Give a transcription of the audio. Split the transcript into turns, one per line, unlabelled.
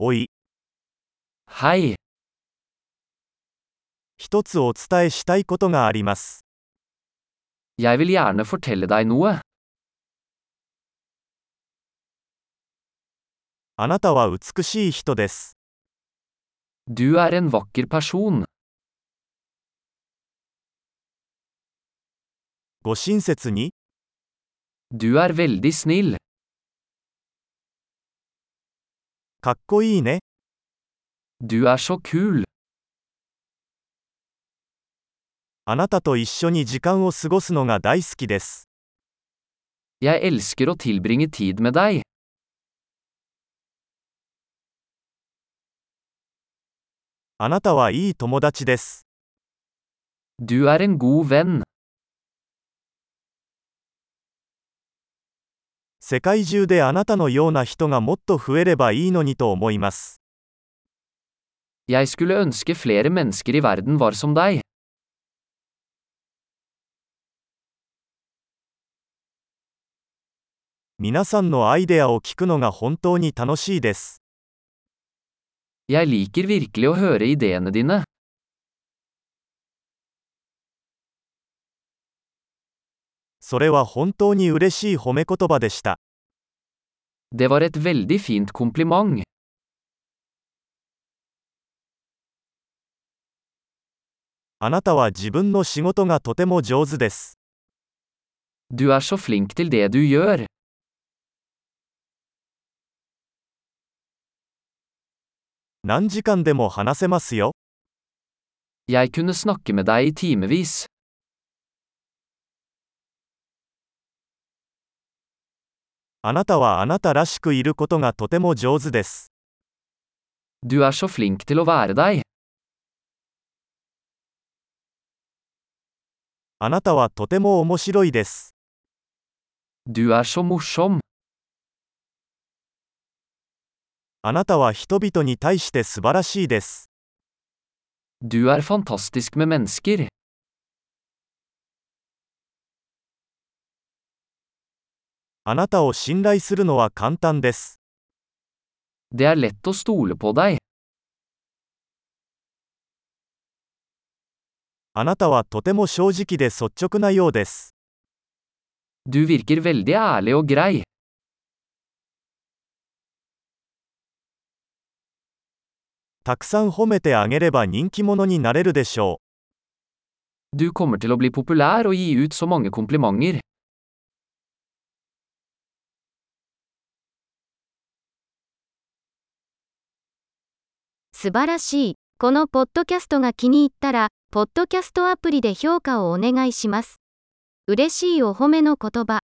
おい、
はい、
一つお伝えしたいことがあります。
jeg vil gjerne fortelle deg noe.
あなたは美しい人です。
Du er en vakker person.
ご親切に、
Du er veldig snill.
かっこいいね。
Du er så kul.
あなたと一緒に時間を過ごすのが大好きです。
Jeg elsker å tilbringe tid med deg.
あなたはいい友達です。
Du er en god venn.
世界中であなたのような人がもっと増えればいいのにと思います。
Jeg skulle ønske flere mennesker i verden var som deg.
皆さんのアイデアを聞くのが本当に楽しいです。
Jeg liker virkelig å høre ideene dine.
それは本当に嬉しい褒め言葉でした。
Det var et veldig fint kompliment.
あなたは自分の仕事がとても上手です。
Du er så flink til det du gjør.
何時間でも話せますよ。
Jeg kunne snakke med deg i timevis.
あなたはあなたらしくいることがとても上手です。
Du er så flink til å være deg.
あなたはとても面白いです。
Du er så morsom.
あなたは人々に対して素晴らしいです。
Du er fantastisk med mennesker.
あなたを信頼するのは簡単です。
Det er lett å stole på deg.
あなたはとても正直で率直なようです。
Du virker veldig ærlig og grei.
たくさん褒めてあげれば人気者になれるでしょ
Du kommer til å bli populær og gi ut så mange komplimenter.
素晴らしい。このポッドキャストが気に入ったら、ポッドキャストアプリで評価をお願いします。嬉しいお褒めの言葉。